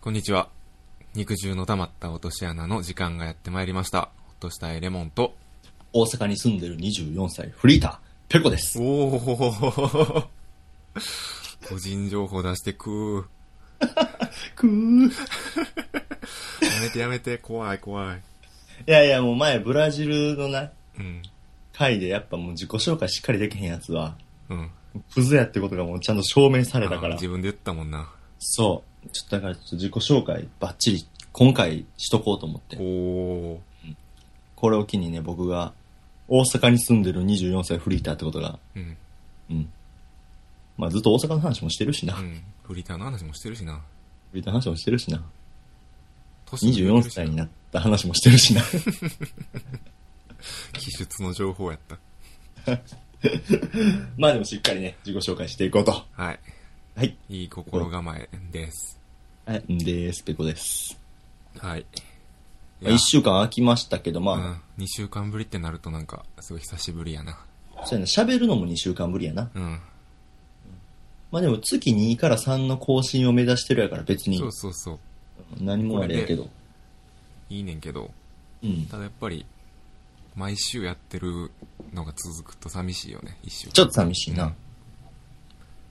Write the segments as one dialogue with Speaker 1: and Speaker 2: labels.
Speaker 1: こんにちは。肉汁の溜まった落とし穴の時間がやってまいりました。ほっとしたいレモンと。
Speaker 2: 大阪に住んでる24歳、フリーター、ペコです。
Speaker 1: おお個人情報出してくー。
Speaker 2: くー。い
Speaker 1: やめてやめて、怖い怖い。
Speaker 2: やいや、もう前、ブラジルのな、
Speaker 1: うん。
Speaker 2: 回でやっぱもう自己紹介しっかりできへんやつは、
Speaker 1: うん。
Speaker 2: クズやってことがもうちゃんと証明されたか
Speaker 1: あ
Speaker 2: ら
Speaker 1: 自。分で言ったもんな。
Speaker 2: そう。ちょっとだから、ちょっと自己紹介バッチリ、今回しとこうと思って
Speaker 1: お。お
Speaker 2: これを機にね、僕が、大阪に住んでる24歳フリーターってことが、
Speaker 1: うん。
Speaker 2: うん。まあずっと大阪の話もしてるしな。
Speaker 1: う
Speaker 2: フ
Speaker 1: ん。フリーターの話もしてるしな。
Speaker 2: リーターの話もしてるしな。
Speaker 1: 年も言って
Speaker 2: 24
Speaker 1: るしな
Speaker 2: 歳になった話もしてる しな。
Speaker 1: 気質の情報やった。
Speaker 2: まあでもしっかりね、自己紹介していこうと。は
Speaker 1: はい。
Speaker 2: い。
Speaker 1: いい心構えです。
Speaker 2: はい、んです、ペコです。
Speaker 1: はい。いや
Speaker 2: 一週間空きましたけど、
Speaker 1: う
Speaker 2: ま
Speaker 1: ん。2週間ぶりってなるとなんか、すごい久しぶりやな。
Speaker 2: あ、そうやな、喋るのも2週間ぶりやな。
Speaker 1: うん。
Speaker 2: まあでも月2から3の更新を目指してるやから別に
Speaker 1: そうそうそう。
Speaker 2: 何もあれやけど。
Speaker 1: いいねんけど、
Speaker 2: うん。
Speaker 1: ただやっぱり、毎週やってるのが続くと寂しいよね、一週。
Speaker 2: ちょっと寂しいな。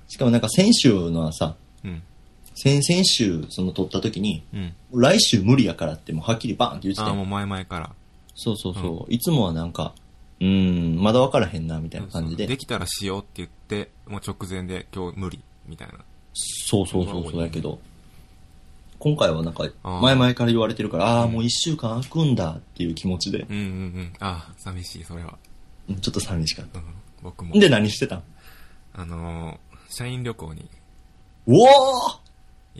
Speaker 2: しかもなんか先週のはさ、
Speaker 1: うん。
Speaker 2: 先々週その撮った時に、
Speaker 1: うん。
Speaker 2: 来週無理やからってもうはっきりバーンって言ってた
Speaker 1: ああ、
Speaker 2: やん
Speaker 1: もう前々から。
Speaker 2: そうそうそう、いつもはなんか、うーん、まだ分からへんなみたいな感じで。
Speaker 1: できたらしようって言って、もう直前で今日無理、みたいな。
Speaker 2: そうそうそうそうやけど、今回はなんか、
Speaker 1: あー
Speaker 2: 前々から言われてるから、ああー、もう一週間空くんだっていう気持ちで、
Speaker 1: うんうんうん。ああ、寂しい、それは。
Speaker 2: うんちょっと寂しかっ
Speaker 1: うん。僕も
Speaker 2: た。。で、何してたん
Speaker 1: あのー、社員旅行に
Speaker 2: おお
Speaker 1: 行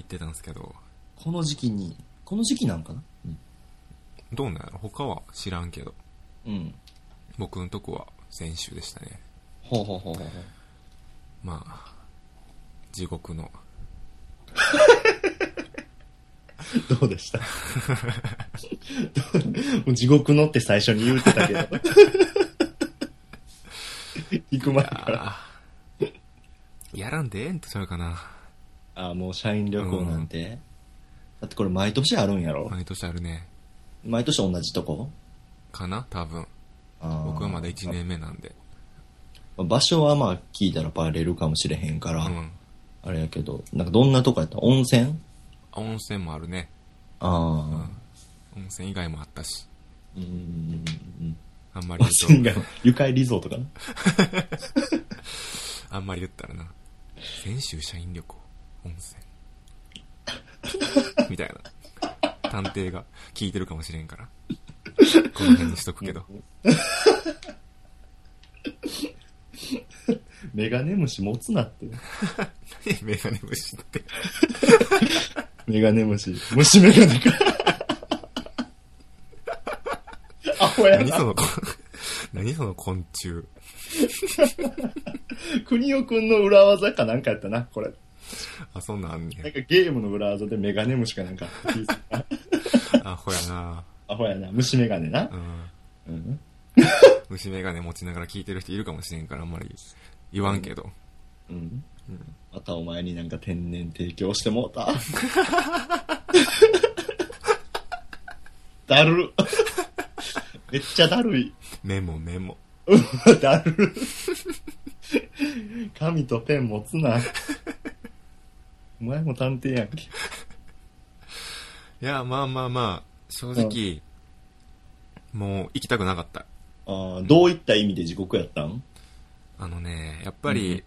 Speaker 1: ってたんですけど、
Speaker 2: この時期に、この時期なんかなうん
Speaker 1: どうなんやろ他は知らんけど、
Speaker 2: うん。
Speaker 1: 僕のとこは先週でしたね。
Speaker 2: ほうほうほうほう。
Speaker 1: まあ、地獄の
Speaker 2: どうでしたどうもう地獄のって最初に言うて たけど。行く前から。
Speaker 1: あーやらんでええんとちゃうかな。
Speaker 2: ああ、もう社員旅行なんて。だってこれ毎年あるんやろ
Speaker 1: 毎年あるね。
Speaker 2: 毎年同じとこ
Speaker 1: かな多分。僕
Speaker 2: 僕
Speaker 1: はまだ1年目なんで。
Speaker 2: 場所はまあ聞いたらバレるかもしれへんか
Speaker 1: う
Speaker 2: ら、
Speaker 1: ん。
Speaker 2: あれやけど、なんかどんなとこやった温泉
Speaker 1: 温泉もあるね。
Speaker 2: ああ、
Speaker 1: 温泉以外もあったし。
Speaker 2: うん、うんうん。
Speaker 1: あんまり
Speaker 2: 温
Speaker 1: 言う
Speaker 2: 泉
Speaker 1: と
Speaker 2: 街、愉快リゾートかな。
Speaker 1: あんまり言ったらな。先週社員旅行、温 泉。みたいな。探偵が聞いてるかもしれん から。この辺にしとくけど。
Speaker 2: メガネ虫持つなって。
Speaker 1: メガネ虫って。
Speaker 2: メガネ虫。虫メガネか。アホや
Speaker 1: 何そ
Speaker 2: な。
Speaker 1: のこ、 何その昆虫。
Speaker 2: 国尾くんの裏技かなんかやったな、これ。
Speaker 1: あ、そんなんあんね
Speaker 2: なん
Speaker 1: ん。
Speaker 2: かゲームの裏技でメガネ虫かなんか。
Speaker 1: アホやな
Speaker 2: アホやな。虫メガネな
Speaker 1: う。ん。
Speaker 2: うん。
Speaker 1: 虫眼鏡持ちながら聞いてる人いるかもしれんから、あんまり言わんけど。
Speaker 2: うん。またお前になんか天然提供してもうた。だる。めっちゃだるい。
Speaker 1: メモメモ。
Speaker 2: だる。紙とペン持つな。お前も探偵やんけ。
Speaker 1: いや、まあまあまあ、正直、もう行きたくなかった。
Speaker 2: ああ、どういった意味で地獄やったん
Speaker 1: あのね、やっぱり、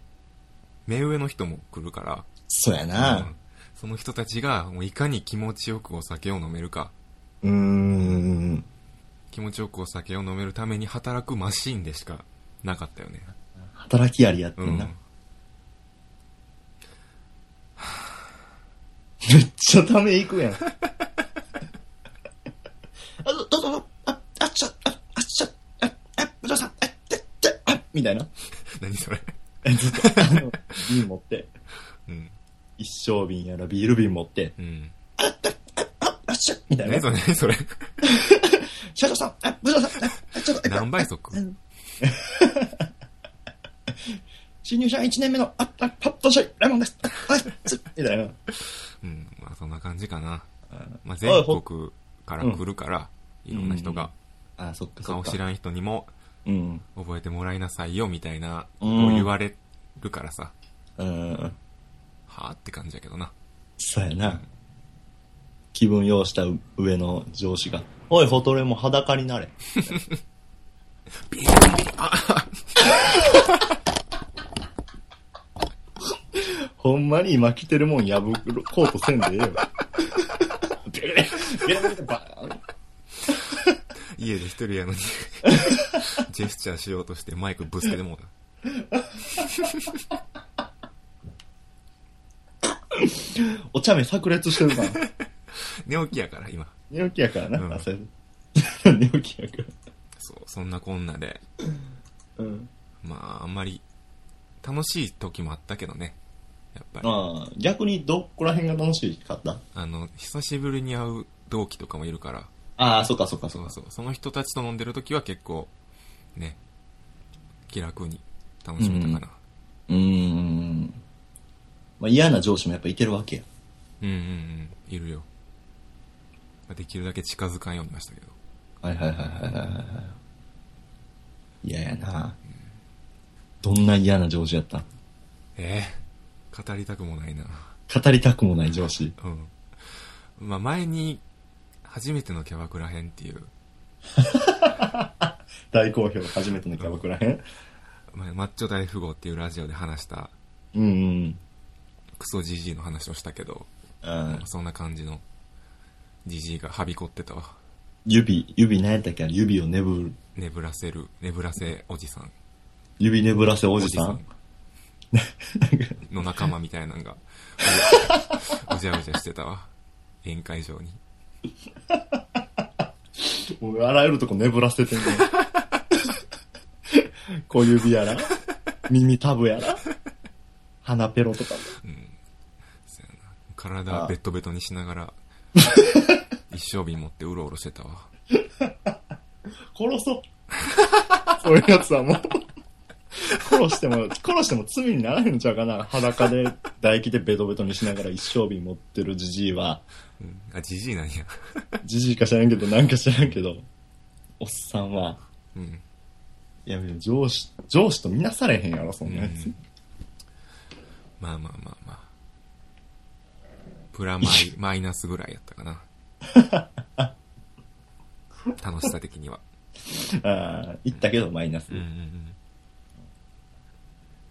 Speaker 1: 目上の人も来るから、
Speaker 2: そうや
Speaker 1: う。んその人たちが、もういかに気持ちよくお酒を飲めるか、
Speaker 2: うーん。
Speaker 1: 気持ちよくお酒を飲めるために働くマシーンでしかなかったよね。
Speaker 2: 働きありやって
Speaker 1: うんん。
Speaker 2: な。めっちゃためいく やん。あ、どどうぞ、あ、あっちゃ、あ、あっちゃ、あ、あ、部長さん、あ、て、て、あ、みたいな。
Speaker 1: 何それ。
Speaker 2: ずっと、あ の、瓶持って、
Speaker 1: うん。
Speaker 2: 一升瓶やらビール瓶持って、
Speaker 1: うん。
Speaker 2: あっちゃ、みたいな
Speaker 1: 何。それ何 それ。
Speaker 2: 社長さん、あ、部長さん、あ、あちょっと、あ
Speaker 1: 何倍速
Speaker 2: うん新入社員1年目の、あ、あ、パッとしい、レモンです、あ、あ、つみたいな。
Speaker 1: うん。まあそんな感じかな。
Speaker 2: うん
Speaker 1: まあ、
Speaker 2: おい
Speaker 1: 全
Speaker 2: ほ
Speaker 1: 国から来るから、いろんな人が、
Speaker 2: あ、そっかそ
Speaker 1: 顔
Speaker 2: っか。
Speaker 1: 知らん人にも
Speaker 2: うん。
Speaker 1: 覚えてもらいなさいよみたいな、こ
Speaker 2: うん
Speaker 1: う言われるからさ、
Speaker 2: うん。
Speaker 1: はあって感じやけどな。
Speaker 2: そうやな。気分用した上の上司が、おい、ほとれも裸になれ。 ほんまに今着てるもん破こうとせんでええよ。ビリビリビリビリバーン
Speaker 1: 家で一人 やのに、ジェスチャーしようとしてマイクぶつけてもうた。
Speaker 2: お茶目炸裂してるから。
Speaker 1: 寝起きやから、今。
Speaker 2: 寝起きやからな、
Speaker 1: うん
Speaker 2: あそうや 寝起きやから。
Speaker 1: そう、そんなこんなで。
Speaker 2: うん。
Speaker 1: まあ、あんまり、楽しい時もあったけどね。やっぱり。あ
Speaker 2: ああ、逆にどこら辺が楽しかった
Speaker 1: の、久しぶりに会う同期とかもいるから、
Speaker 2: ああ、そっかそっかそ
Speaker 1: そ
Speaker 2: っか
Speaker 1: う。そう、その人たちと飲んでる時は結構、ね、気楽に楽しめたかな。
Speaker 2: うーん。まあ、嫌な上司もやっぱいてるわけや。
Speaker 1: うんうんうん、いるよ。まあできるだけ近づかんようにはしたけど。
Speaker 2: はいはいはいはいはいはい。嫌やな。どんな嫌な上司やったん
Speaker 1: ええ語りたくもないな。
Speaker 2: 語りたくもない上司。
Speaker 1: うん。まあ前に、初めてのキャバクラ編っていう、
Speaker 2: 大好評、初めてのキャバクラ編。
Speaker 1: まあマッチョ大富豪っていうラジオで話した、
Speaker 2: うんうん。
Speaker 1: クソジジイの話をしたけど、
Speaker 2: あー
Speaker 1: そんな感じの、ジジイがはびこってたわ。
Speaker 2: 指、指何やったっけ指をねぶる、
Speaker 1: 眠らせる、眠らせおじさん。
Speaker 2: 指ねぶらせおじさん。
Speaker 1: の仲間みたいなのが、うじゃうじゃしてたわ。宴会場に。
Speaker 2: もうあらゆるとこねぶらせてん ねん小指やら、耳タブやら、鼻ペロとかも。
Speaker 1: そうやな体ベッドベトにしなが ら、一生瓶持ってうろうろしてたわ。
Speaker 2: 殺そう。 そういうやつはもう。殺しても、殺しても罪にならへんちゃうかな。裸で、唾液でベトベトにしながら一生瓶持ってるジジイは、
Speaker 1: うん、あ、じじいなん や。
Speaker 2: ジジイか知らんけど、なんか知らんけど、おっさんは、
Speaker 1: うん。
Speaker 2: いや、上司、上司と見なされへんやろ、そんなや
Speaker 1: う
Speaker 2: つ
Speaker 1: ん。まあまあまあまあ。プ ラマイ、マイナスぐらいやったかな。 楽しさ的には。
Speaker 2: ああ、言ったけどマイナス。
Speaker 1: うんうんうん。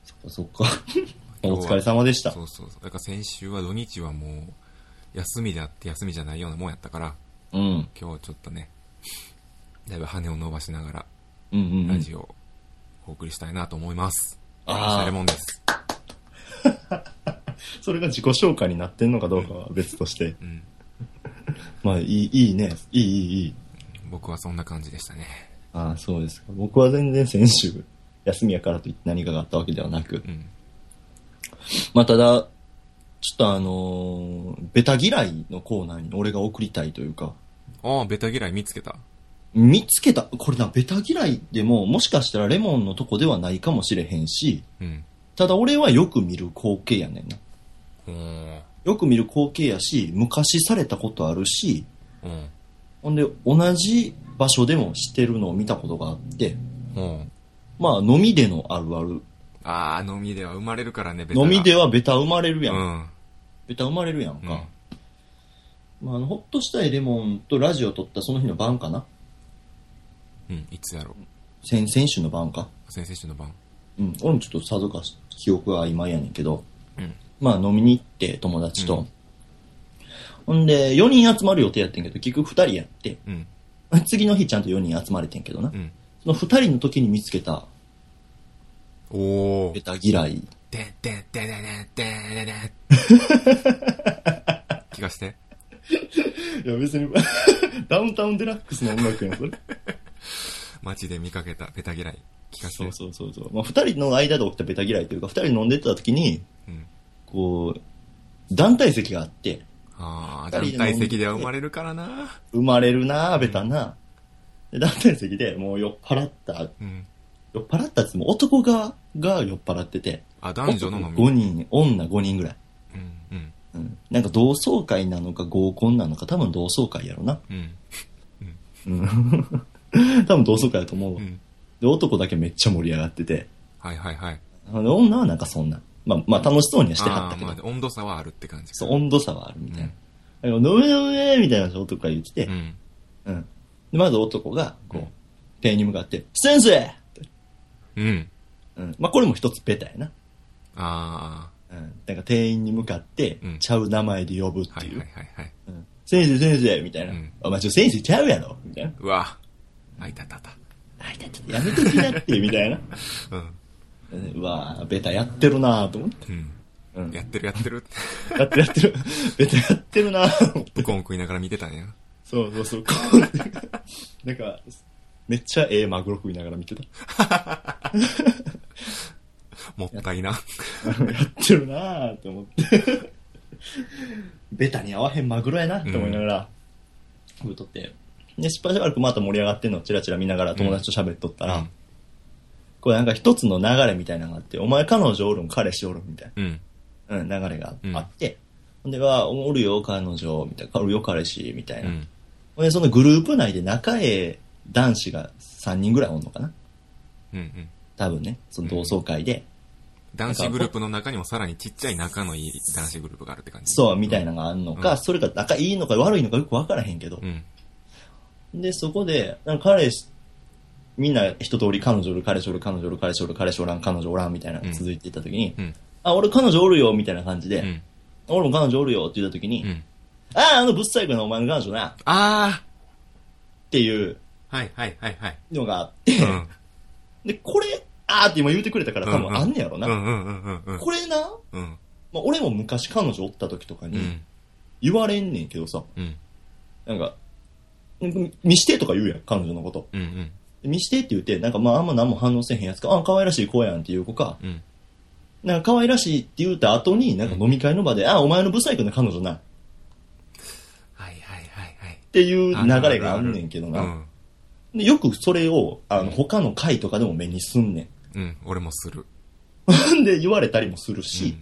Speaker 2: そっかそっか。お疲れ様でした。
Speaker 1: そうそうそう。だから先週は土日はもう、休みであって休みじゃないようなもんやったから、
Speaker 2: うん。うん
Speaker 1: 今日ちょっとね、だいぶ羽を伸ばしながら、
Speaker 2: うんう
Speaker 1: ラ
Speaker 2: ん。
Speaker 1: ジオをお送りしたいなと思います。
Speaker 2: あー
Speaker 1: シャレモンです。
Speaker 2: それが自己紹介になってんのかどうかは別として。
Speaker 1: うん。
Speaker 2: まあ、いい、いいね。いい、いい、いい。
Speaker 1: 僕はそんな感じでしたね。
Speaker 2: ああ、そうですか。僕は全然先週、休みやからといって何かがあったわけではなく
Speaker 1: う。ん。
Speaker 2: まあ、ただ、ちょっとあのーベタ嫌いのコーナーに俺が送りたいというか、
Speaker 1: ああ、ベタ嫌い見つけた。
Speaker 2: 見つけた、これな、ベタ嫌いでも、もしかしたらレモンのとこではないかもしれへんし、
Speaker 1: うん。
Speaker 2: ただ俺はよく見る光景やねんな。
Speaker 1: おー
Speaker 2: よく見る光景やし、昔されたことあるし、
Speaker 1: うん。
Speaker 2: ほんで、同じ場所でもしてるのを見たことがあって、
Speaker 1: うん。
Speaker 2: まあ、飲みでのあるある。
Speaker 1: ああ、飲みでは生まれるからね、ベタ
Speaker 2: 飲
Speaker 1: が
Speaker 2: みではベタ生まれる
Speaker 1: う
Speaker 2: やん。
Speaker 1: ん。
Speaker 2: ベタ生まれるやん
Speaker 1: う
Speaker 2: か。
Speaker 1: ん。
Speaker 2: まあ、あの、ほっとしたいレモンとラジオ撮ったその日の晩かな
Speaker 1: うん。いつやろ
Speaker 2: 先、先週の晩か
Speaker 1: う。先々週の晩。
Speaker 2: うん。俺もちょっとさぞかし記憶が曖昧やねんけど、
Speaker 1: うん。
Speaker 2: まあ飲みに行って友達と。
Speaker 1: うん
Speaker 2: ほんで、4人集まる予定やってんけど、結局2人やって、
Speaker 1: うん。
Speaker 2: 次の日ちゃんと4人集まれてんけどな。
Speaker 1: うん。
Speaker 2: その2人の時に見つけた、
Speaker 1: お
Speaker 2: ベ
Speaker 1: ー。
Speaker 2: タ嫌い。
Speaker 1: でんでんでんでんでんでんで ん。気がして。
Speaker 2: いや別に、 ダウンタウンデラックスの音楽やん、それ。
Speaker 1: 街で見かけたベタ嫌い。気がして。
Speaker 2: そうそうそうそう。まあ2人の間で起きたベタ嫌いというか、2人飲んでた時に、
Speaker 1: うん。
Speaker 2: こう、団体席があって、
Speaker 1: ああ、
Speaker 2: 二
Speaker 1: 団
Speaker 2: 人で飲んで
Speaker 1: 体席では生まれるからな。
Speaker 2: 生まれるなぁ、ベタな。で、団体席でもう酔っ払った、
Speaker 1: うん。
Speaker 2: 酔っ払ったっつっても男側が酔っ払ってて、
Speaker 1: あ、男女の飲み。
Speaker 2: 5人、女5人ぐらい。
Speaker 1: うん。うん。
Speaker 2: うん、なんか同窓会なのか合コンなのか多分同窓会やろな、
Speaker 1: うん。
Speaker 2: うん、 多分同窓会だと思うわ、
Speaker 1: うん。
Speaker 2: で男だけめっちゃ盛り上がってて
Speaker 1: はいはいはい。
Speaker 2: で女はなんかそんな、まあ、まあ楽しそうにはしてはっ
Speaker 1: ああ
Speaker 2: たけ
Speaker 1: ー、
Speaker 2: ど、
Speaker 1: まあ、温度差はあるって感じか。
Speaker 2: そう温度差はあるみたいな「飲め飲め」みたいな男が言ってて、
Speaker 1: うん。
Speaker 2: うんでまず男がこう、
Speaker 1: うん
Speaker 2: 店員に向かって「先生!」って、
Speaker 1: うん。
Speaker 2: うんまあ、これも一つベタやな
Speaker 1: あ
Speaker 2: うんなんか店員に向かって
Speaker 1: うん、
Speaker 2: ちゃう名前で呼ぶっ
Speaker 1: あ、は
Speaker 2: て
Speaker 1: い
Speaker 2: い
Speaker 1: は
Speaker 2: う。
Speaker 1: いはいはい。
Speaker 2: うん先生先生みたいな。
Speaker 1: うん
Speaker 2: お前ちょ、先生ちゃうやろみたいな。
Speaker 1: うわ。あいたたた。
Speaker 2: あいたちょっとやめてきなって、みたいな。
Speaker 1: うん。
Speaker 2: うんうわぁ、ベタやってるなぁと思っ
Speaker 1: う
Speaker 2: て。
Speaker 1: ん。
Speaker 2: うん
Speaker 1: やってるやってる。
Speaker 2: やってるやってる。 ベタやってるなぁと思って。
Speaker 1: ブコン食いながら見てたんや。
Speaker 2: そうそうそう。こう なんか、めっちゃええマグロ食いながら見てた。
Speaker 1: もったいな。
Speaker 2: やってるなぁと思って。ベタに合わへんマグロやなと思いながら、食うとって。で、失敗しばらくまた盛り上がってんのをチラチラ見ながら友達と喋っとったら、
Speaker 1: うん
Speaker 2: これなんか一つの流れみたいなのがあって、お前彼女おるん、彼氏おるんみたい
Speaker 1: うん。
Speaker 2: な、うん、流れが
Speaker 1: うん
Speaker 2: あって、ほんでは、おるよ、彼女、みたいな、おるよ、彼氏、みたいうな。
Speaker 1: ん。
Speaker 2: ほんで、そのグループ内で仲ええ男子が3人ぐらいおんのかな
Speaker 1: うんうん。
Speaker 2: 多分ね、その同窓会で。
Speaker 1: 男子グループの中にもさらにちっちゃい仲のいい男子グループがあるって感じ。
Speaker 2: そう、みたいなのがあんのか、
Speaker 1: うん
Speaker 2: それが仲いいのか悪いのかよくわからへんけど
Speaker 1: う。ん。
Speaker 2: で、そこで、なんか彼氏、みんな一通り彼女おる、彼氏おる、彼女おる、彼氏おる、彼氏おらん、彼女おらん、みたいなのが続いていった時に、
Speaker 1: うん。
Speaker 2: あ、俺彼女おるよ、みたいな感じで、
Speaker 1: うん。
Speaker 2: 俺も彼女おるよって言った時に、
Speaker 1: うん。
Speaker 2: ああ、あのぶっ最後のお前の彼女な、
Speaker 1: あ
Speaker 2: っていう
Speaker 1: あはいはいはいはい。
Speaker 2: のがあって、
Speaker 1: うん。
Speaker 2: で、これ、ああって今言うてくれたから多分あんねやろな。
Speaker 1: うんうんうんうんうん。
Speaker 2: これな、
Speaker 1: うん。
Speaker 2: まあ、俺も昔彼女おった時とか
Speaker 1: う
Speaker 2: に
Speaker 1: ん。
Speaker 2: 言われんねんけどさ、
Speaker 1: うん。
Speaker 2: なんか、ん見してとか言うやん、彼女のこと。
Speaker 1: うんうん。
Speaker 2: で見してって言って、なんかまああんま何も反応せへんやつか、あ、可愛らしい子やんっていう子か、
Speaker 1: うん。
Speaker 2: なんか可愛らしいって言った後に、なんか飲み会の場で、あ、お前のブサイクの彼女な、っ
Speaker 1: はいはいはいはい。
Speaker 2: ていう流れがあんねんけど
Speaker 1: う
Speaker 2: な。
Speaker 1: ん。
Speaker 2: でよくそれを、あの、他の会とかでも目にすんねん。
Speaker 1: うん。俺もする。
Speaker 2: なんで言われたりもするし、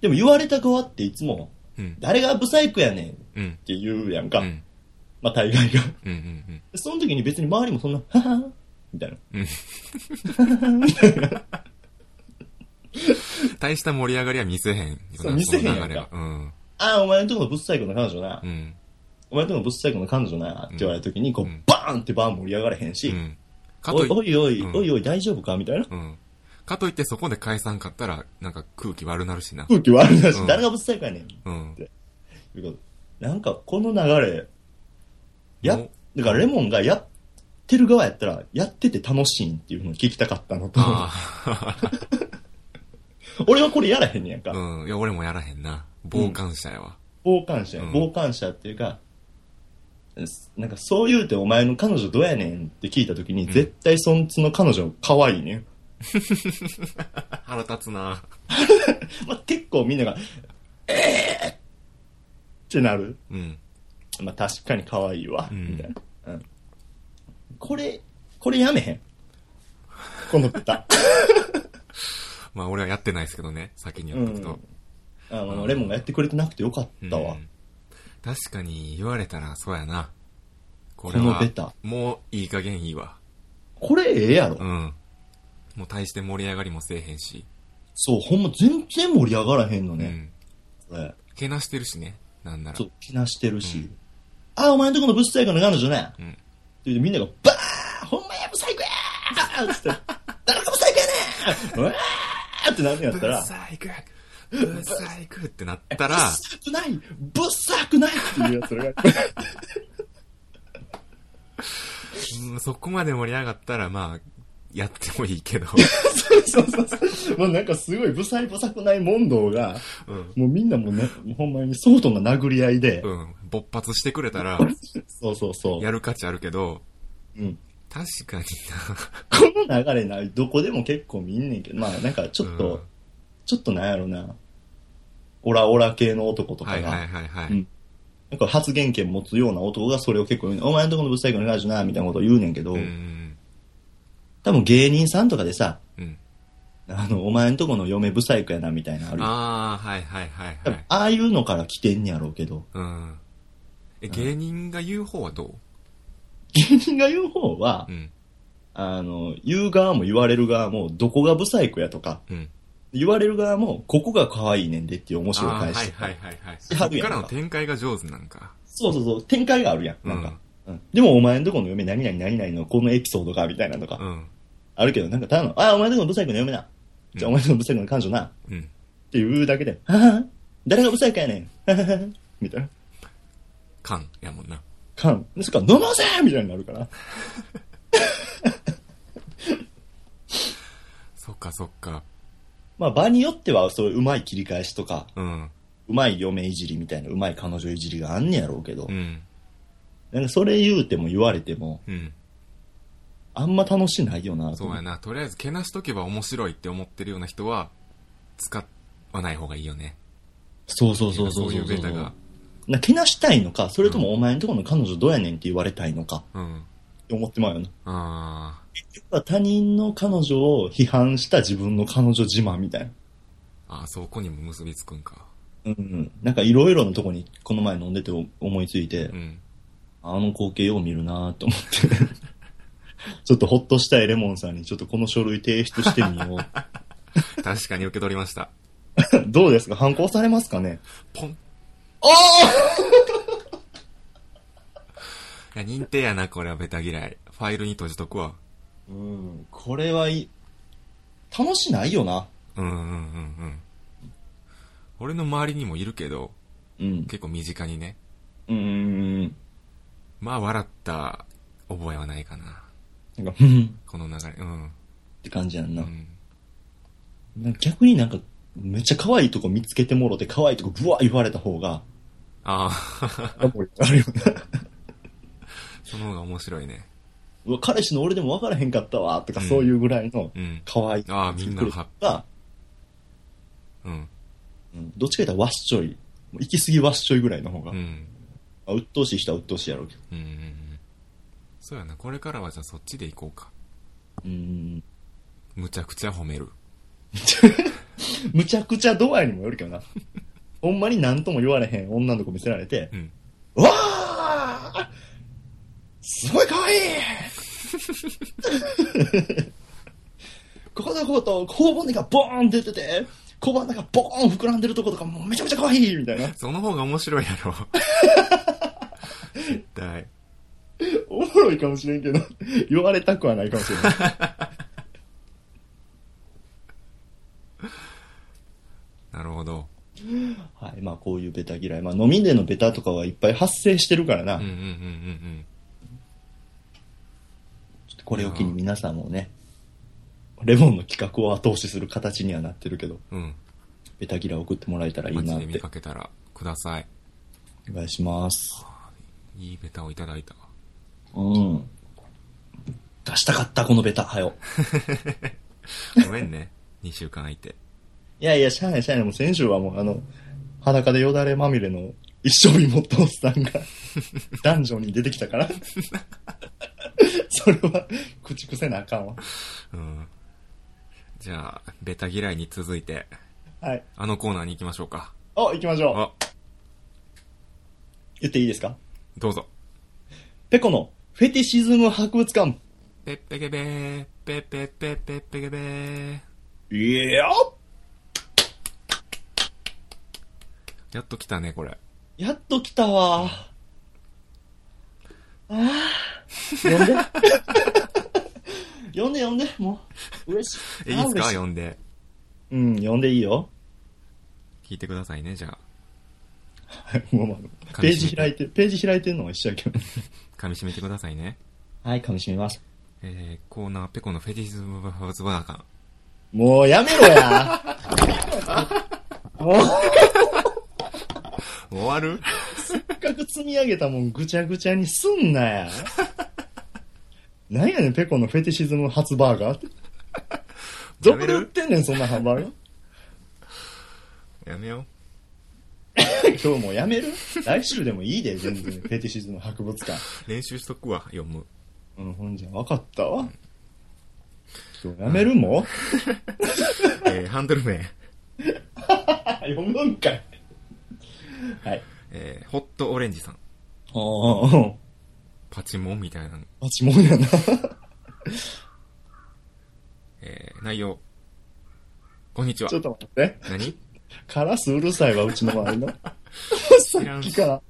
Speaker 2: でも言われた側っていつも、
Speaker 1: うん。
Speaker 2: 誰がブサイクやねんっ
Speaker 1: うん。
Speaker 2: て言うやん
Speaker 1: う
Speaker 2: か。
Speaker 1: ん。
Speaker 2: まあ大概が。
Speaker 1: うん。うん。
Speaker 2: その時に別に周りもそんな、 ははみたいな。
Speaker 1: 大した盛り上がりは見せへん。
Speaker 2: そう見せへんやんか
Speaker 1: その流れはうん。
Speaker 2: ああ、お前のとこのブサイクの彼女な。
Speaker 1: うん。
Speaker 2: お前のとこのブサイクの彼女な。って言われた時に、こう
Speaker 1: うん、
Speaker 2: バーンってバーン盛り上がれへん
Speaker 1: う
Speaker 2: し、
Speaker 1: ん。か
Speaker 2: お
Speaker 1: と
Speaker 2: い
Speaker 1: い
Speaker 2: おいおい、
Speaker 1: うん
Speaker 2: おいおい大丈夫かみたいな。
Speaker 1: うん。かといってそこで解散買ったら、なんか空気悪なるしな。
Speaker 2: 空気悪いなし、
Speaker 1: うん
Speaker 2: 誰がブサイクやねん。
Speaker 1: うん。
Speaker 2: いうことなんか、この流れ、や
Speaker 1: もう、
Speaker 2: だからレモンがやってる側やったら、やってて楽しいっていうのを聞きたかったのと、
Speaker 1: あ
Speaker 2: 俺はこれやらへんねやん
Speaker 1: あ。
Speaker 2: か。
Speaker 1: うん。いや、俺もやらへんな。傍観者やわ。
Speaker 2: 傍観者や、
Speaker 1: うん
Speaker 2: 傍観者っていうか、なんかそう言うてお前の彼女どうやねんって聞いた時に、
Speaker 1: ん
Speaker 2: 絶対そんつの彼女可愛いねん。
Speaker 1: 腹立つな。
Speaker 2: まあ、結構みんなが、えーってなる。
Speaker 1: うん。
Speaker 2: まあ、確かに可愛いわ、
Speaker 1: うん
Speaker 2: みたいな、うん。これ、これやめへん。こ の歌。
Speaker 1: まあ、俺はやってないですけどね。先にやっとくと。
Speaker 2: あの、レモンがやってくれてなくてよかったわ。
Speaker 1: うん確かに言われたらそうやな。こ
Speaker 2: このベタ。
Speaker 1: もういい加減いいわ。
Speaker 2: これええやろ、
Speaker 1: うん。もう大して盛り上がりもせえへんし。
Speaker 2: そう、ほんま全然盛り上がらへんの
Speaker 1: う
Speaker 2: ね。
Speaker 1: ん。
Speaker 2: これ。
Speaker 1: けなしてるしね。なんなら。
Speaker 2: そう、気なしてるし。あ、お前んとこのブスイクの彼女ね。
Speaker 1: うん
Speaker 2: って言ってみんなが、バーンほんまやブサイクやーつ って、誰がブサイクやねんうわーってなんねやった
Speaker 1: ブ
Speaker 2: ら、ブ
Speaker 1: サイクブサイクってなった ら、
Speaker 2: サくないブサくないっていうやつらが、
Speaker 1: うんそこまで盛り上がったら、まあ、やってもいい けど。
Speaker 2: そうそうそう。もうなんかすごいブサイブサくない問答が、
Speaker 1: うん。
Speaker 2: もうみんなもうね、もうほんまに相当な殴り合いで、
Speaker 1: うん。勃発してくれたら、
Speaker 2: そうそうそう。
Speaker 1: やる価値あるけど、
Speaker 2: うん
Speaker 1: 確かに
Speaker 2: この流れな、どこでも結構見んねんけど、まあなんかちょっと、
Speaker 1: うん
Speaker 2: ちょっとなんやろな、オラオラ系の男と
Speaker 1: な。
Speaker 2: か
Speaker 1: は
Speaker 2: が、
Speaker 1: いはいはいは
Speaker 2: う
Speaker 1: い
Speaker 2: ん。なんか発言権持つような男がそれを結構言うねんお前のとこのブサイクのラジオな、みたいなことを言うねんけど、
Speaker 1: うん。
Speaker 2: 多分芸人さんとかでさ、
Speaker 1: うん。
Speaker 2: あの、お前んとこの嫁不細工やなみたいなのあるよ
Speaker 1: ああ、はいはいはい
Speaker 2: 多
Speaker 1: は
Speaker 2: 分
Speaker 1: い。
Speaker 2: ああいうのから来てんねやろうけど、
Speaker 1: うん。え、芸人が言う方はどう
Speaker 2: 芸人が言う方は、
Speaker 1: うん。
Speaker 2: あの、言う側も言われる側も、どこが不細工やとか、
Speaker 1: うん。
Speaker 2: 言われる側も、ここが可愛いねんでっていう面
Speaker 1: あ
Speaker 2: 白い
Speaker 1: あ
Speaker 2: 返
Speaker 1: ー、は
Speaker 2: し
Speaker 1: い
Speaker 2: とか、
Speaker 1: はいはいはい。
Speaker 2: や
Speaker 1: そっ
Speaker 2: るやんか
Speaker 1: からの展開が上手なんか。
Speaker 2: そうそうそう、展開があるやん、なんか。うんでもお前んとこの嫁何々何々のこのエピソードがみたいなのと
Speaker 1: う
Speaker 2: か
Speaker 1: ん。
Speaker 2: あるけどなんかただの、ああ、お前んとこのブサイクの嫁な。じゃあお前んとこのブサイクの彼女な。っ
Speaker 1: うん。
Speaker 2: ていうだけで、はは誰がブサイクやねん。はははみたいな。
Speaker 1: 感やもんな。
Speaker 2: 感。そっから、飲もうぜみたいになるから。
Speaker 1: そっかそっか。
Speaker 2: まあ場によってはそういううまい切り返しとか、
Speaker 1: うん。
Speaker 2: うまい嫁いじりみたいな、うまい彼女いじりがあんねやろうけど、
Speaker 1: うん。
Speaker 2: なんかそれ言うても言われても、
Speaker 1: うん。
Speaker 2: あんま楽しないよなと
Speaker 1: そう
Speaker 2: 思
Speaker 1: や
Speaker 2: う。
Speaker 1: な。とりあえず、けなしとけば面白いって思ってるような人は、使わない方がいいよね。
Speaker 2: そうそうそうそう
Speaker 1: そう
Speaker 2: そ
Speaker 1: いうう
Speaker 2: そ
Speaker 1: ベタ
Speaker 2: う
Speaker 1: が。
Speaker 2: なけなしたいのか、それともお前んとこの彼女どうやねんって言われたいのかっ
Speaker 1: うん。
Speaker 2: て思ってまうよな。
Speaker 1: あ
Speaker 2: 他人の彼女を批判した自分の彼女自慢みたいな。
Speaker 1: あ。ああ、そこにも結びつくんか。
Speaker 2: うんうん。なんかいろいろなとこにこの前飲んでて思いついて、
Speaker 1: うん。
Speaker 2: あの光景よう見るなと思って。 ちょっとほっとしたいレモンさんにちょっとこの書類提出してみよう。
Speaker 1: 確かに受け取りました。
Speaker 2: どうですか反抗されますかね
Speaker 1: ポン。い
Speaker 2: あ あ
Speaker 1: や、認定やな、これはベタ嫌い。ファイルに閉じとくわ。
Speaker 2: うん、これはいい。楽しないよな。
Speaker 1: うんうんうんうん。俺の周りにもいるけど、
Speaker 2: うん。
Speaker 1: 結構身近にね。
Speaker 2: うんうんうん。
Speaker 1: まあ、笑った覚えはないかな。
Speaker 2: なんか、ふんっ
Speaker 1: この流れ。うん。
Speaker 2: て感じやん
Speaker 1: う
Speaker 2: な。
Speaker 1: ん。
Speaker 2: なんか逆になんか、めっちゃ可愛いとこ見つけてもろて、可愛いとこブワー言われた方が、
Speaker 1: ああ、
Speaker 2: あるよな。
Speaker 1: その方が面白いね。
Speaker 2: うわ、彼氏の俺でも分からへんかったわ、とかそういうぐらいの、
Speaker 1: うん。
Speaker 2: 可愛い。
Speaker 1: ああみんなハッ
Speaker 2: が、
Speaker 1: うん。
Speaker 2: うんどっちか言ったらわっしょい。もう行き過ぎわっしょいぐらいの方が。
Speaker 1: う
Speaker 2: ま
Speaker 1: ん。
Speaker 2: あ、鬱陶しい人は鬱陶しいやろうけど。
Speaker 1: うんうんうん。そうやな、これからはじゃあそっちで行こうか。
Speaker 2: うん。
Speaker 1: むちゃくちゃ褒める。
Speaker 2: むちゃくちゃ度合いにもよるけ どな。ほんまに何とも言われへん女の子見せられて、
Speaker 1: うん。
Speaker 2: うわあすごい可 愛いここの子と頬骨がボーン出てて、小鼻がボーン膨らんでるとことかもうめちゃめちゃ可愛いみたいな。
Speaker 1: その方が面白いやろ。絶対。
Speaker 2: おもろいかもしれんけど、言われたくはないかもしれ ない。
Speaker 1: なるほど。
Speaker 2: はい、まあこういうベタ嫌い。まあ飲みでのベタとかはいっぱい発生してるからな。
Speaker 1: うん
Speaker 2: ち
Speaker 1: う
Speaker 2: ょ
Speaker 1: んうんうん
Speaker 2: っとこれを機に皆さんもね、レモンの企画を後押しする形にはなってるけど、
Speaker 1: うん。うん。
Speaker 2: ベタ嫌い送ってもらえたらいいな
Speaker 1: 街
Speaker 2: っ
Speaker 1: で見
Speaker 2: て
Speaker 1: か。けたらください。
Speaker 2: お願いします。
Speaker 1: いいベタをいただ いたわ。
Speaker 2: うん。出したかった、このベタ、はよ。
Speaker 1: ごめんね。2週間空いて。
Speaker 2: いやいや、しゃあないしゃあない。もう先週はもう、あの、裸でよだれまみれの一生日持ったおっ さんが、ダンジョンに出てきたから。 それは、口癖なあかんわ。
Speaker 1: うん。じゃあ、ベタ嫌いに続いて、
Speaker 2: はい。
Speaker 1: あのコーナーに行きましょうか。
Speaker 2: お、行きましょう。
Speaker 1: あ、
Speaker 2: 言っていいですか
Speaker 1: どうぞ。
Speaker 2: ペコのフェティシズム博物館。
Speaker 1: ペッペケベー、ペッペッペッペッペケベー。
Speaker 2: いや
Speaker 1: やっと来たね、これ。
Speaker 2: やっと来たわ。ああ。呼んで。 呼んで呼んで、もう。嬉しい。
Speaker 1: え、いいっすか
Speaker 2: あ嬉し
Speaker 1: 読んで。
Speaker 2: うん、呼んでいいよ。
Speaker 1: 聞いてくださいね、じゃあ。
Speaker 2: もうまあページ開いて、ページ開いてんのは一緒やけど。
Speaker 1: 噛み締めてくださいね。
Speaker 2: はい、噛み締めます。
Speaker 1: えー、コーナー、ペコのフェティシズムバファズバーカン。
Speaker 2: もうやめろや もう、
Speaker 1: 終わる
Speaker 2: せっかく積み上げたもんぐちゃぐちゃにすんなや。なんやねん、ペコのフェティシズム初バーガー。どこで売ってんねん、そんなハンバーガー。
Speaker 1: やめよ
Speaker 2: 今日もうやめる来週でもいいで、全然。フェティシズム博物館。
Speaker 1: う。練習しとくわ、読む。
Speaker 2: うん、ほんじゃ、わかったわ。今日やめるも、
Speaker 1: えーハンドル名、
Speaker 2: 読むんかい。はい。
Speaker 1: えーホットオレンジさん。
Speaker 2: ああ。
Speaker 1: パチモンみたいな、
Speaker 2: パチモンやな。
Speaker 1: えー内容。こんにちは
Speaker 2: ちょ。っと待って。
Speaker 1: 何
Speaker 2: カラスうるさいわ、うちの周りの。さ
Speaker 1: 知ら
Speaker 2: っ
Speaker 1: ん
Speaker 2: きから。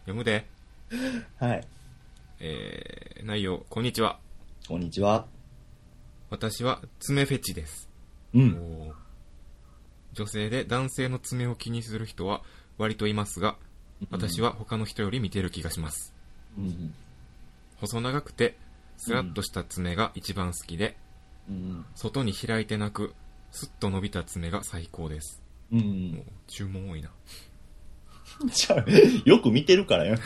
Speaker 1: 読むで。
Speaker 2: はい。
Speaker 1: えー内容。こんにちは。
Speaker 2: こんにちは。
Speaker 1: 私は爪フェチです。
Speaker 2: う
Speaker 1: お
Speaker 2: ん。
Speaker 1: ー女性で男性の爪を気にする人は割といますが、私は他の人より見てる気がします。
Speaker 2: うん。
Speaker 1: 細長くて、スラッとした爪が一番好きで、
Speaker 2: うん。
Speaker 1: 外に開いてなく、スッと伸びた爪が最高です。
Speaker 2: う。
Speaker 1: もうん注文多いな。
Speaker 2: じゃあ、よく見てるからよ。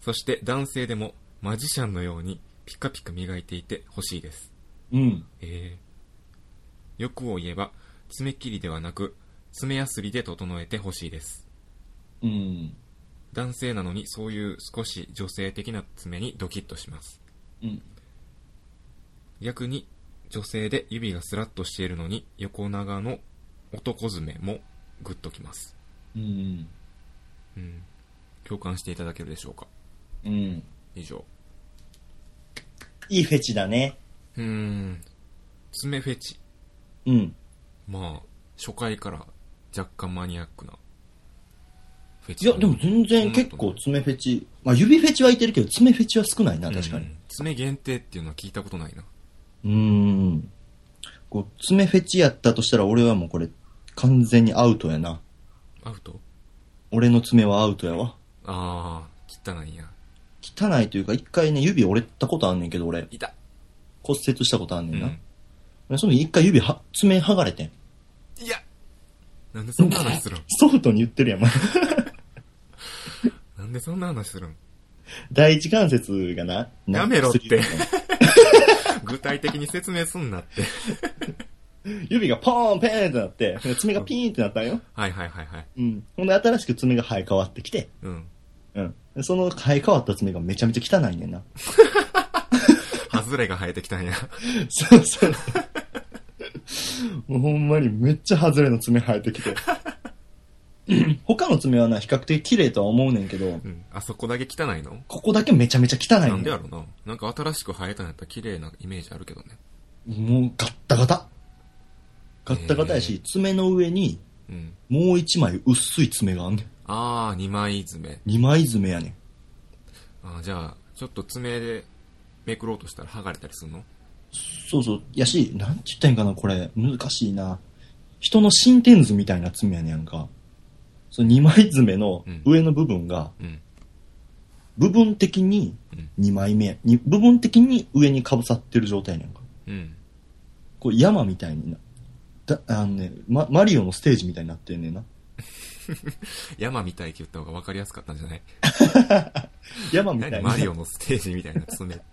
Speaker 1: そして男性でもマジシャンのようにピカピカ磨いていて欲しいです。
Speaker 2: うん。
Speaker 1: えー、欲を言えば、爪切りではなく、爪やすりで整えて欲しいです。
Speaker 2: うん。
Speaker 1: 男性なのにそういう少し女性的な爪にドキッとします
Speaker 2: うん。
Speaker 1: 逆に女性で指がスラッとしているのに横長の男爪もグッときます
Speaker 2: うん。
Speaker 1: うん共感していただけるでしょうか
Speaker 2: うん。
Speaker 1: 以上
Speaker 2: いいフェチだね。
Speaker 1: うーん爪フェチ
Speaker 2: うん。
Speaker 1: まあ初回から若干マニアックなフェ
Speaker 2: いや、でも全然結構爪フェチ。まあ指フェチはいてるけど、爪フェチは少ないな、確かに
Speaker 1: う。ん爪限定っていうのは聞いたことないな
Speaker 2: うーん。こう、爪フェチやったとしたら俺はもうこれ、完全にアウトやな。
Speaker 1: アウト
Speaker 2: 俺の爪はアウトやわ。
Speaker 1: ああ汚いんや
Speaker 2: 汚いというか、一回ね、指折れたことあんねんけど、俺、
Speaker 1: いた
Speaker 2: 骨折したことあん
Speaker 1: う
Speaker 2: ねんな。
Speaker 1: ん
Speaker 2: でその時一回指は、爪剥がれてん。
Speaker 1: いやなんでそんな話するん
Speaker 2: ソフトに言ってるやん、前
Speaker 1: なんでそんな話するん
Speaker 2: 第一関節がな、な
Speaker 1: やめろって
Speaker 2: 薬
Speaker 1: 具体的に説明すんなって。
Speaker 2: 指がポーン、ペーンってなって、で爪がピーンってなったんよ。
Speaker 1: はいはいはいはい。
Speaker 2: うん。ほんで、新しく爪が生え変わってきて、
Speaker 1: うん。
Speaker 2: うん。でその生え変わった爪がめちゃめちゃ汚いねんな。
Speaker 1: ハズレが生えてきたんや。
Speaker 2: そうそう。 もうほんまにめっちゃ外れの爪生えてき て。他の爪はな、比較的綺麗とは思うねんけど
Speaker 1: う、ん。あそこだけ汚いの
Speaker 2: ここだけめちゃめちゃ汚い
Speaker 1: なんで
Speaker 2: ね
Speaker 1: やろな。なんか新しく生えたんやったら綺麗なイメージあるけどね。
Speaker 2: ん。もうガッタガタ。ガッタガタや
Speaker 1: へ
Speaker 2: し、爪の上に
Speaker 1: うん。
Speaker 2: もう一枚薄い爪があんねん。
Speaker 1: あー、二枚爪。
Speaker 2: 二枚爪やねん。
Speaker 1: あーじゃあ、ちょっと爪でめくろうとしたら剥がれたりするの
Speaker 2: そうそう。やし、なんて言ったんかな、これ。難しいな。人の進展図みたいな爪やねんか。その二枚爪の上の部分が、
Speaker 1: うん。
Speaker 2: 部分的に
Speaker 1: うん
Speaker 2: 2枚目、に部分的に上にかぶさってる状態なんか。
Speaker 1: うん。
Speaker 2: こう山みたいにな。だあのね、ま、マリオのステージみたいになってんねんな。
Speaker 1: 山みたいって言った方が分かりやすかったんじゃない
Speaker 2: 山みたい
Speaker 1: 何
Speaker 2: に。
Speaker 1: マリオ
Speaker 2: オ。
Speaker 1: のステージみたいな爪って。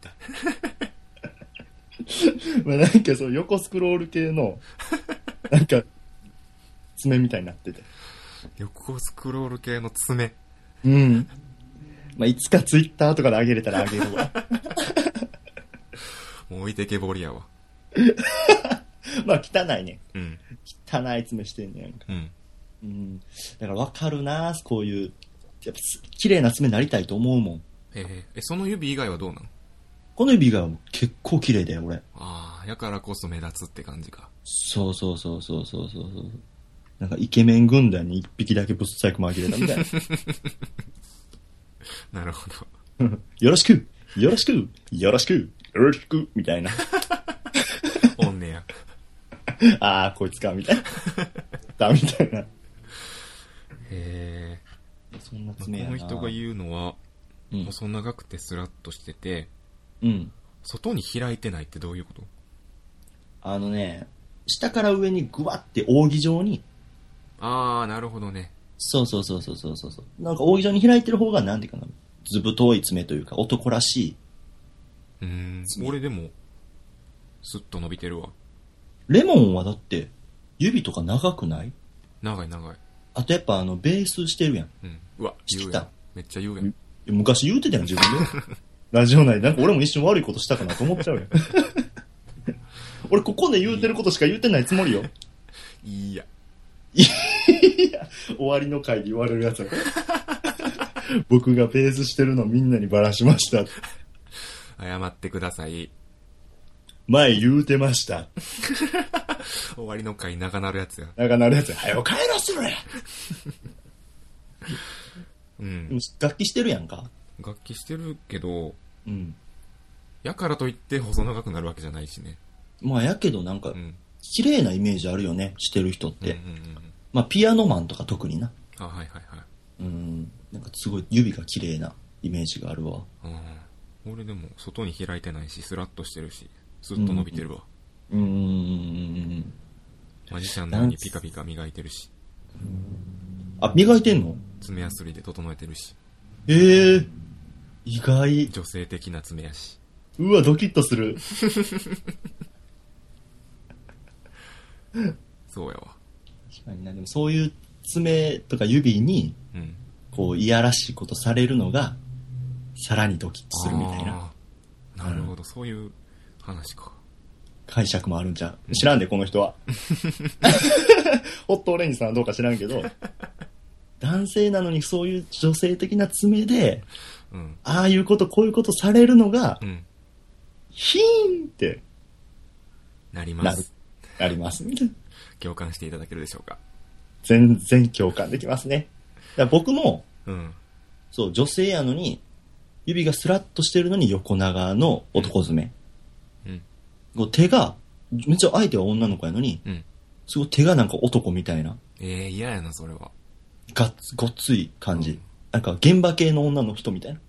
Speaker 2: まあ、なんかその横スクロール系 の、なんか、爪みたいになってて。
Speaker 1: 横スクロール系の爪。
Speaker 2: うん。まあ、いつかツイッターとかであげれたらあげ るわ。
Speaker 1: もう置いてけぼりやわ。
Speaker 2: まあ、汚いね。
Speaker 1: うん。
Speaker 2: 汚い爪してんねやんか。
Speaker 1: うん。
Speaker 2: うん。だからわかるなこういう。やっぱす、綺麗な爪になりたいと思うもん。
Speaker 1: えー、え、その指以外はどうなの
Speaker 2: この指が結構綺麗だよ、俺。
Speaker 1: ああ、やからこそ目立つって感じか。
Speaker 2: そうそうそうそうそうそうそう。なんかイケメン軍団に一匹だけぶっさいく紛れたみたいな。
Speaker 1: なるほど。
Speaker 2: よろしくよろしくよろしくよろしくみたいな。
Speaker 1: おんねや。
Speaker 2: あー、こいつか、みたいな。だ、みたいな。
Speaker 1: へえ。
Speaker 2: そんな
Speaker 1: こ
Speaker 2: 爪やな。
Speaker 1: の人が言うのは、
Speaker 2: うん。
Speaker 1: 細長くてスラッとしてて、
Speaker 2: うん。
Speaker 1: 外に開いてないってどういうこと
Speaker 2: あのね、下から上にグワって扇状に、
Speaker 1: ああ、なるほどね。
Speaker 2: そうそうそうそうそうそう。なんか扇状に開いてる方が、なんていうかな、ずぶとい爪というか、男らしい。
Speaker 1: うーん。俺でも、スッと伸びてるわ。
Speaker 2: レモンはだって、指とか長くない
Speaker 1: 長い長い。
Speaker 2: あとやっぱあの、ベースしてるやん。
Speaker 1: うん。うわ、
Speaker 2: 知って
Speaker 1: 言う
Speaker 2: た
Speaker 1: やん。めっちゃ言うやん。
Speaker 2: 昔言うてたやん、自分で。ラジオ内で、なんか俺も一瞬悪いことしたかなと思っちゃうよ。 俺ここで言うてることしか言うてないつもりよ。
Speaker 1: いや。
Speaker 2: 終わりの回で言われるやつやから。 僕がベースしてるのみんなにバラしました。
Speaker 1: 謝ってください。
Speaker 2: 前言うてました。
Speaker 1: 終わりの回長なるやつや。
Speaker 2: なんかなるやつや。早よ帰らせろや
Speaker 1: う
Speaker 2: で
Speaker 1: ん。
Speaker 2: も楽器してるやんか。
Speaker 1: 楽器してるけど、
Speaker 2: うん。
Speaker 1: やからといって細長くなるわけじゃないしね。
Speaker 2: まあやけどなんか
Speaker 1: う、ん。
Speaker 2: 綺麗なイメージあるよね。してる人っ
Speaker 1: うんうん
Speaker 2: て。
Speaker 1: うん。
Speaker 2: まあピアノマンとか特にな。
Speaker 1: あ、はいはいはい。
Speaker 2: うん。なんかすごい指が綺麗なイメージがあるわ。
Speaker 1: うん。俺でも外に開いてないし、スラッとしてるし、スッと伸びてるわ。
Speaker 2: うんうんうん。
Speaker 1: マジシャンなのにピカピカ磨いてるし、
Speaker 2: あ、磨いてんの
Speaker 1: 爪やすりで整えてるし、
Speaker 2: ええ意外。
Speaker 1: 女性的な爪やし。
Speaker 2: うわ、ドキッとする。
Speaker 1: そうやわ。
Speaker 2: 確かにな。でもそういう爪とか指に、
Speaker 1: うん。
Speaker 2: こう、いやらしいことされるのが、さらにドキッとするみたいな
Speaker 1: あー。なるほど、そういう話か。
Speaker 2: 解釈もあるんじゃう。知らんで、こ の人は。ホットオレンジさんはどうか知らんけど、男性なのにそういう女性的な爪で、
Speaker 1: うん。
Speaker 2: ああいうこと、こういうことされるのが
Speaker 1: う、ん。
Speaker 2: ヒーンって
Speaker 1: なりま
Speaker 2: なる
Speaker 1: す。、
Speaker 2: なります。
Speaker 1: 共感していただけるでしょうか。
Speaker 2: 全然共感できますね。だから僕も、
Speaker 1: うん。
Speaker 2: そう、女性やのに、指がスラッとしてるのに横長の男爪。
Speaker 1: うん。
Speaker 2: こう手が、めっちゃ相手は女の子やのに、
Speaker 1: うん。
Speaker 2: すごい手がなんか男みたいな、
Speaker 1: ええ嫌やな、それは。
Speaker 2: がっつ、ごっつい感じ。
Speaker 1: うん
Speaker 2: なんか現場系の女の人みたいな。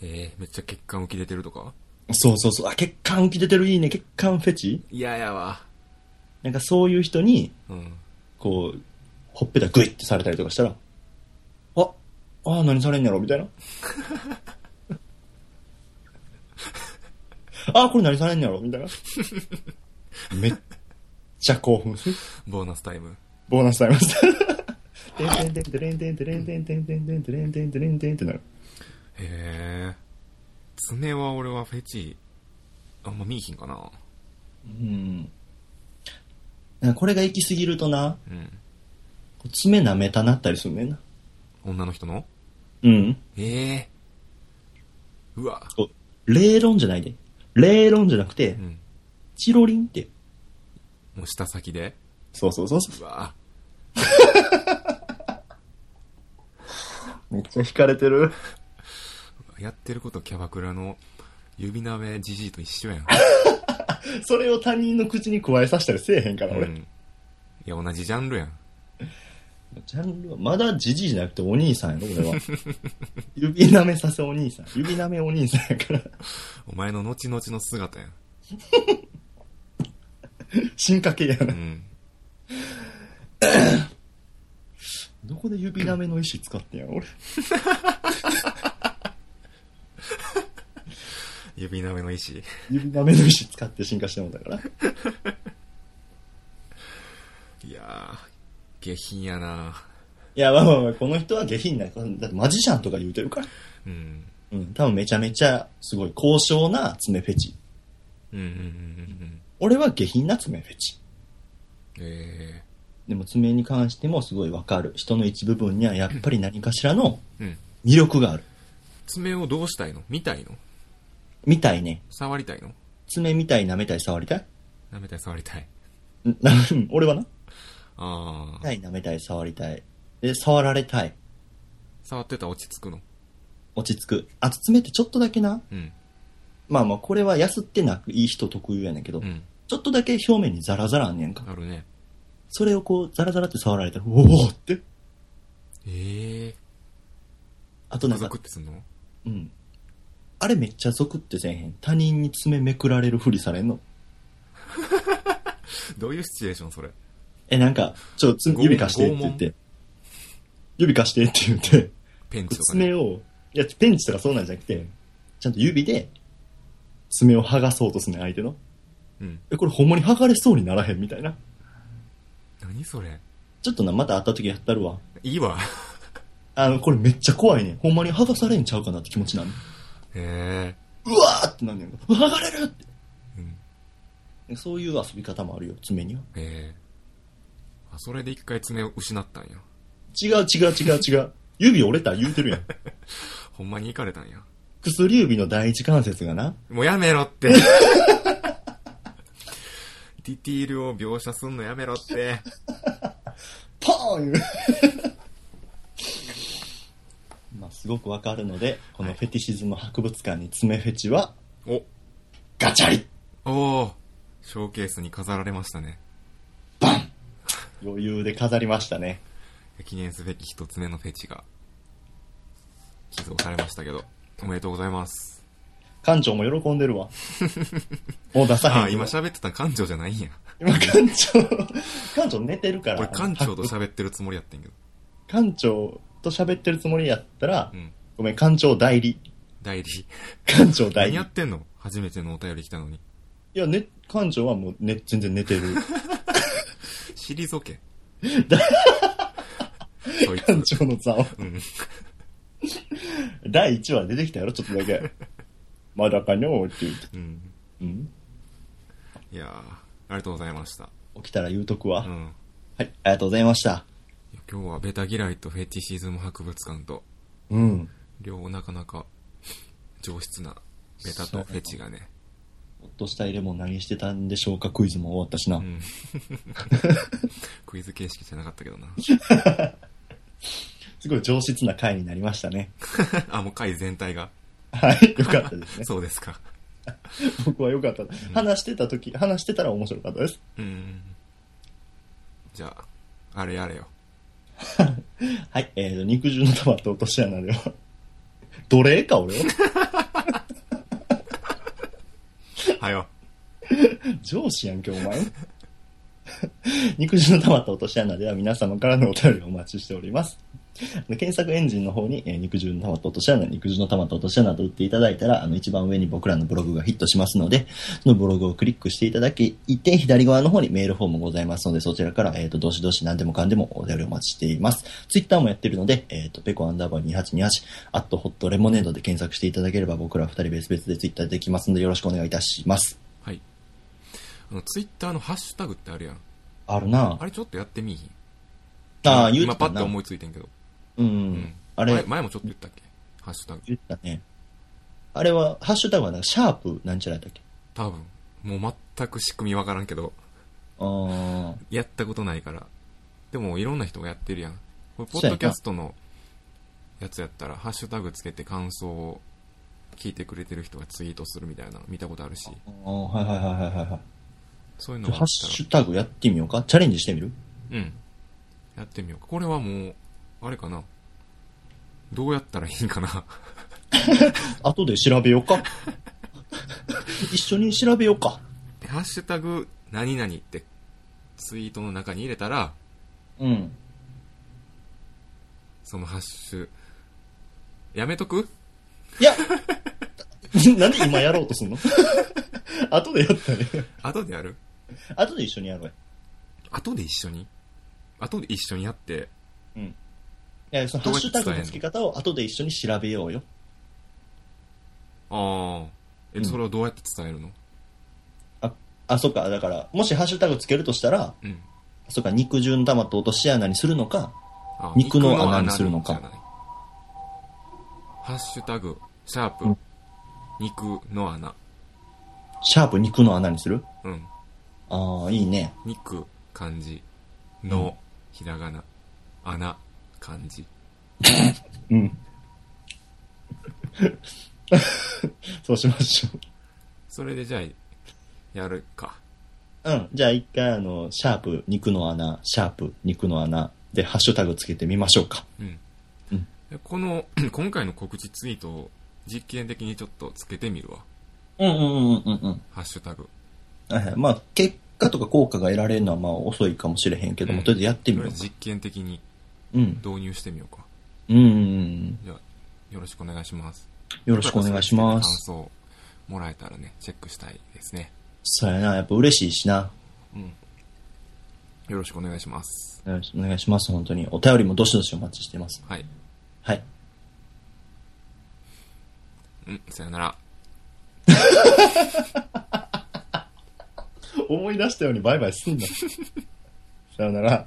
Speaker 1: ええめっちゃ血管浮き出てるとか
Speaker 2: そうそうそう。あ、血管浮き出てるいいね。血管フェチ
Speaker 1: 嫌やわ。
Speaker 2: なんかそういう人に、
Speaker 1: うん。
Speaker 2: こう、ほっぺたグイってされたりとかしたら、あ、ああ、何されんやろみたいな。ああ、これ何されんやろみたいな。めっちゃ興奮する。
Speaker 1: ボーナスタイム。
Speaker 2: ボーナスタイムです。てんてんてんてんてんてんてんてんてんてんてんてんてんてんてんってなる。
Speaker 1: へえ。爪は俺はフェチ、あんま見いひんかな。
Speaker 2: うん。なんかこれが行き過ぎるとな、
Speaker 1: うん。
Speaker 2: 爪舐めたなったりするねんな。
Speaker 1: 女の人の
Speaker 2: うん。
Speaker 1: ええうわ。
Speaker 2: そう霊論じゃないで。霊論じゃなくて
Speaker 1: う、ん。
Speaker 2: チロリンって。
Speaker 1: もう舌先で
Speaker 2: そうそうそうそう
Speaker 1: わ。
Speaker 2: う。めっちゃ惹かれてる。
Speaker 1: やってることキャバクラの指なめじじいと一緒やん。
Speaker 2: それを他人の口に加えさせたりせえへんから、俺。
Speaker 1: うん。いや、同じジャンルやん。
Speaker 2: ジャンルは、まだじじいじゃなくてお兄さんや ろ、俺は。指舐めさせお兄さん。指舐めお兄さんやから。
Speaker 1: お前の後々の姿やん。
Speaker 2: 進化系や
Speaker 1: う
Speaker 2: な。
Speaker 1: ん。
Speaker 2: どこで指舐めの意思使ってんやろ、俺。
Speaker 1: 指なめの意志。
Speaker 2: 指舐めの意思使って進化してもんだから。
Speaker 1: いやー、下品やない
Speaker 2: や、まあまあまあ、この人は下品な、だってマジシャンとか言うてるから。
Speaker 1: うん。
Speaker 2: うん、多分めちゃめちゃすごい高尚な爪フェチ。
Speaker 1: うんうんうんうん
Speaker 2: 俺は下品な爪フェチ。
Speaker 1: うん。え
Speaker 2: でも爪に関してもすごいわかる。人の一部分にはやっぱり何かしらの
Speaker 1: えうん。
Speaker 2: 魅力がある。
Speaker 1: 爪をどうしたいの見たいの
Speaker 2: みたいね。
Speaker 1: 触りたいの
Speaker 2: 爪みたい舐めたい触りたい
Speaker 1: 舐めたい触りたい。
Speaker 2: ん な俺はな。
Speaker 1: あー。
Speaker 2: はい、舐めたい触りたい。で、触られたい。
Speaker 1: 触ってたら落ち着くの
Speaker 2: 落ち着く。あと爪ってちょっとだけな。
Speaker 1: うん。
Speaker 2: まあまあ、これはやすってなくいい人特有やねんけど、
Speaker 1: うん。
Speaker 2: ちょっとだけ表面にザラザラあんねんか。
Speaker 1: あるね。
Speaker 2: それをこう、ザラザラって触られたら、おおって。
Speaker 1: ええ
Speaker 2: あと
Speaker 1: ー。
Speaker 2: な
Speaker 1: 家
Speaker 2: んか
Speaker 1: 族、ってすんの
Speaker 2: うん。あれめっちゃゾクってせえへん。他人に爪めくられるふりされんの。
Speaker 1: どういうシチュエーションそれ
Speaker 2: え、なんか、ちょっとつ
Speaker 1: 拷問
Speaker 2: 指貸してって言って。指貸してって言って、
Speaker 1: ペンチとかね。
Speaker 2: 爪を、いや、ペンチとかそうなんじゃなくて、ちゃんと指で、爪を剥がそうとすね、相手の。
Speaker 1: うん。
Speaker 2: え、これほんまに剥がれそうにならへんみたいな。
Speaker 1: 何それ
Speaker 2: ちょっとな、また会った時やったるわ。
Speaker 1: いいわ。
Speaker 2: あの、これめっちゃ怖いねん。ほんまに剥がされんちゃうかなって気持ちなの。
Speaker 1: へえ
Speaker 2: うわーってなんねんうわ剥がれるって
Speaker 1: うん。
Speaker 2: そういう遊び方もあるよ爪には
Speaker 1: ええあ、それで一回爪を失ったんや。
Speaker 2: 違う違う違う違う指折れた言う てるやん
Speaker 1: ほんまに行かれたんや。
Speaker 2: 薬指の第一関節がな
Speaker 1: もうやめろって。 ディティールを描写すんのやめろって。
Speaker 2: ポーン まあすごくわかるのでこのフェティシズム博物館に爪フェチは
Speaker 1: お、
Speaker 2: ガチャリ
Speaker 1: おーショーケースに飾られましたね。
Speaker 2: 余裕で飾りましたね
Speaker 1: 記念すべき一つ目のフェチが、寄贈されましたけど、おめでとうございます。
Speaker 2: 館長も喜んでるわもう出さへん
Speaker 1: あ、
Speaker 2: けど
Speaker 1: 今喋ってた館長じゃないんや。
Speaker 2: 今館長館長寝てるから
Speaker 1: 俺館長と喋ってるつもりやってんけど。
Speaker 2: 館長と喋ってるつもりやったら、
Speaker 1: うん。
Speaker 2: ごめん館長代理
Speaker 1: 代理。
Speaker 2: 館長代
Speaker 1: 何
Speaker 2: 理
Speaker 1: やってんの初めてのお便り来たのに。
Speaker 2: いや、ね、館長はもう、ね、全然寝てる。
Speaker 1: 退 け。そい
Speaker 2: 館
Speaker 1: つ。
Speaker 2: 長の座を。
Speaker 1: うん。
Speaker 2: 第1話出てきたやろ、ちょっとだ け。まだかのって言って。
Speaker 1: うん。
Speaker 2: うん。
Speaker 1: いやー、ありがとうございました。
Speaker 2: 起きたら言うとくわ。
Speaker 1: う
Speaker 2: はい、
Speaker 1: ん。
Speaker 2: ありがとうございました。
Speaker 1: いや今日はベタ嫌いとフェチシズム博物館と、
Speaker 2: うん。
Speaker 1: 両なかなか上質なベタとフェチがね。
Speaker 2: ほっとした入れ物何してたんでしょうか、クイズも終わったしな。
Speaker 1: うん。 クイズ形式じゃなかったけどな。
Speaker 2: すごい上質な回になりました ね。
Speaker 1: あ、もう回全体が。
Speaker 2: はい、よかったです ね。
Speaker 1: そうですか。
Speaker 2: 僕はよかった。話してた時、話してたら面白かったです。
Speaker 1: うん。じゃあ、あれあれよ。
Speaker 2: はい、えーと、肉汁の玉と落とし穴では。 奴隷か、俺は。
Speaker 1: はよ。
Speaker 2: 上司やんけ、お前。 肉汁の溜まった落とし穴では皆様からのお便りをお待ちしております。検索エンジンの方に、えー肉汁の溜まった落とし穴、肉汁の溜まった落とし穴と打っていただいたら、あの一番上に僕らのブログがヒットしますので、そのブログをクリックしていただき、一点左側の方にメールフォームございますので、そちらから、えっ、と、どしどし何でもかんでもお便りお待ちしています。ツイッターもやってるので、えっ、と、ペコアンダーバー2828、アットホットレモネードで検索していただければ僕ら二人別々でツイッターできますので、よろしくお願いいたします。
Speaker 1: はい。あの、ツイッターのハッシュタグってあるやん。
Speaker 2: あるな
Speaker 1: あれちょっとやってみいひん
Speaker 2: ああ、言う
Speaker 1: 今パッと
Speaker 2: う。
Speaker 1: 思いついてんけど。
Speaker 2: うん。
Speaker 1: うん
Speaker 2: あれ
Speaker 1: 前、前もちょっと言ったっけハッシュタグ。
Speaker 2: 言ったね。あれは、ハッシュタグはなんか、シャープなんちゃらやったっけ
Speaker 1: 多分。もう全く仕組みわからんけど、
Speaker 2: あー
Speaker 1: やったことないから。でもいろんな人がやってるやん。これ、ポ
Speaker 2: そう
Speaker 1: ッ
Speaker 2: やな
Speaker 1: ドキャストのやつやったら、ハッシュタグつけて感想を聞いてくれてる人がツイートするみたいなの見たことあるし、
Speaker 2: あー、はいはいはいはいはいは
Speaker 1: そういう
Speaker 2: い。
Speaker 1: の
Speaker 2: じ
Speaker 1: があ
Speaker 2: ゃあハ
Speaker 1: っ
Speaker 2: ッシュタグやってみようかチャレンジしてみる
Speaker 1: たら、うん。やってみようか。これはもう、あれかな。どうやったらいいんかな。
Speaker 2: 後で調べようか。 一緒に調べようか。
Speaker 1: でハッシュタグ、何々って、ツイートの中に入れたら、
Speaker 2: うん。
Speaker 1: そのハッシュ、やめとく
Speaker 2: いや なんで今やろうとすんの 後でやったね。
Speaker 1: 後でやる
Speaker 2: 後で一緒にやろうや。
Speaker 1: 後で一緒に後で一緒にやって、
Speaker 2: いや、そのハッシュタグの付け方を後で一緒に調べようよ。
Speaker 1: ああ、え、
Speaker 2: うん
Speaker 1: それをどうやって伝えるの
Speaker 2: あ、そっか。だから、もしハッシュタグつけるとしたら、
Speaker 1: うん。
Speaker 2: そっか、肉汁の玉と落とし穴にするのか、
Speaker 1: あ
Speaker 2: 肉の穴にするのか
Speaker 1: 肉穴じゃないハッシュタグ、シャープ、
Speaker 2: うん
Speaker 1: 肉の穴。
Speaker 2: シャープ肉の穴にする
Speaker 1: うん。
Speaker 2: ああ、いいね。
Speaker 1: 肉、漢字、の、ひらがな、穴、漢字。
Speaker 2: うん。 そうしましょ
Speaker 1: それでじゃあ、やるか。
Speaker 2: う。うん。じゃあ一回あの、シャープ肉の穴、シャープ肉の穴でハッシュタグつけてみましょうか。
Speaker 1: うん
Speaker 2: うん。
Speaker 1: でこの、 今回の告知ツイートを実験的にちょっとつけてみるわ。
Speaker 2: うんうんうんうんうん。
Speaker 1: ハッシュタグ。
Speaker 2: はいまあ、結果とか効果が得られるのはまあ遅いかもしれへんけども、
Speaker 1: うん
Speaker 2: とりあえずやって
Speaker 1: と
Speaker 2: み
Speaker 1: りあ
Speaker 2: よ
Speaker 1: え
Speaker 2: うか
Speaker 1: ず実験的に
Speaker 2: うん。
Speaker 1: 導入してみようか。
Speaker 2: うんうんうん。
Speaker 1: じゃあ、よろしくお願いします。
Speaker 2: よろしくお願いします。
Speaker 1: 感想もらえたらね、チェックしたいですね。
Speaker 2: そうやな、やっぱ嬉しいしな。
Speaker 1: うん。よろしくお願いします。
Speaker 2: よろしくお願いします、本当に。お便りもどしどしお待ちしてます。
Speaker 1: はい。
Speaker 2: はい。
Speaker 1: うん、さよなら。
Speaker 2: 思い出したようにバイバイすんな。さよなら。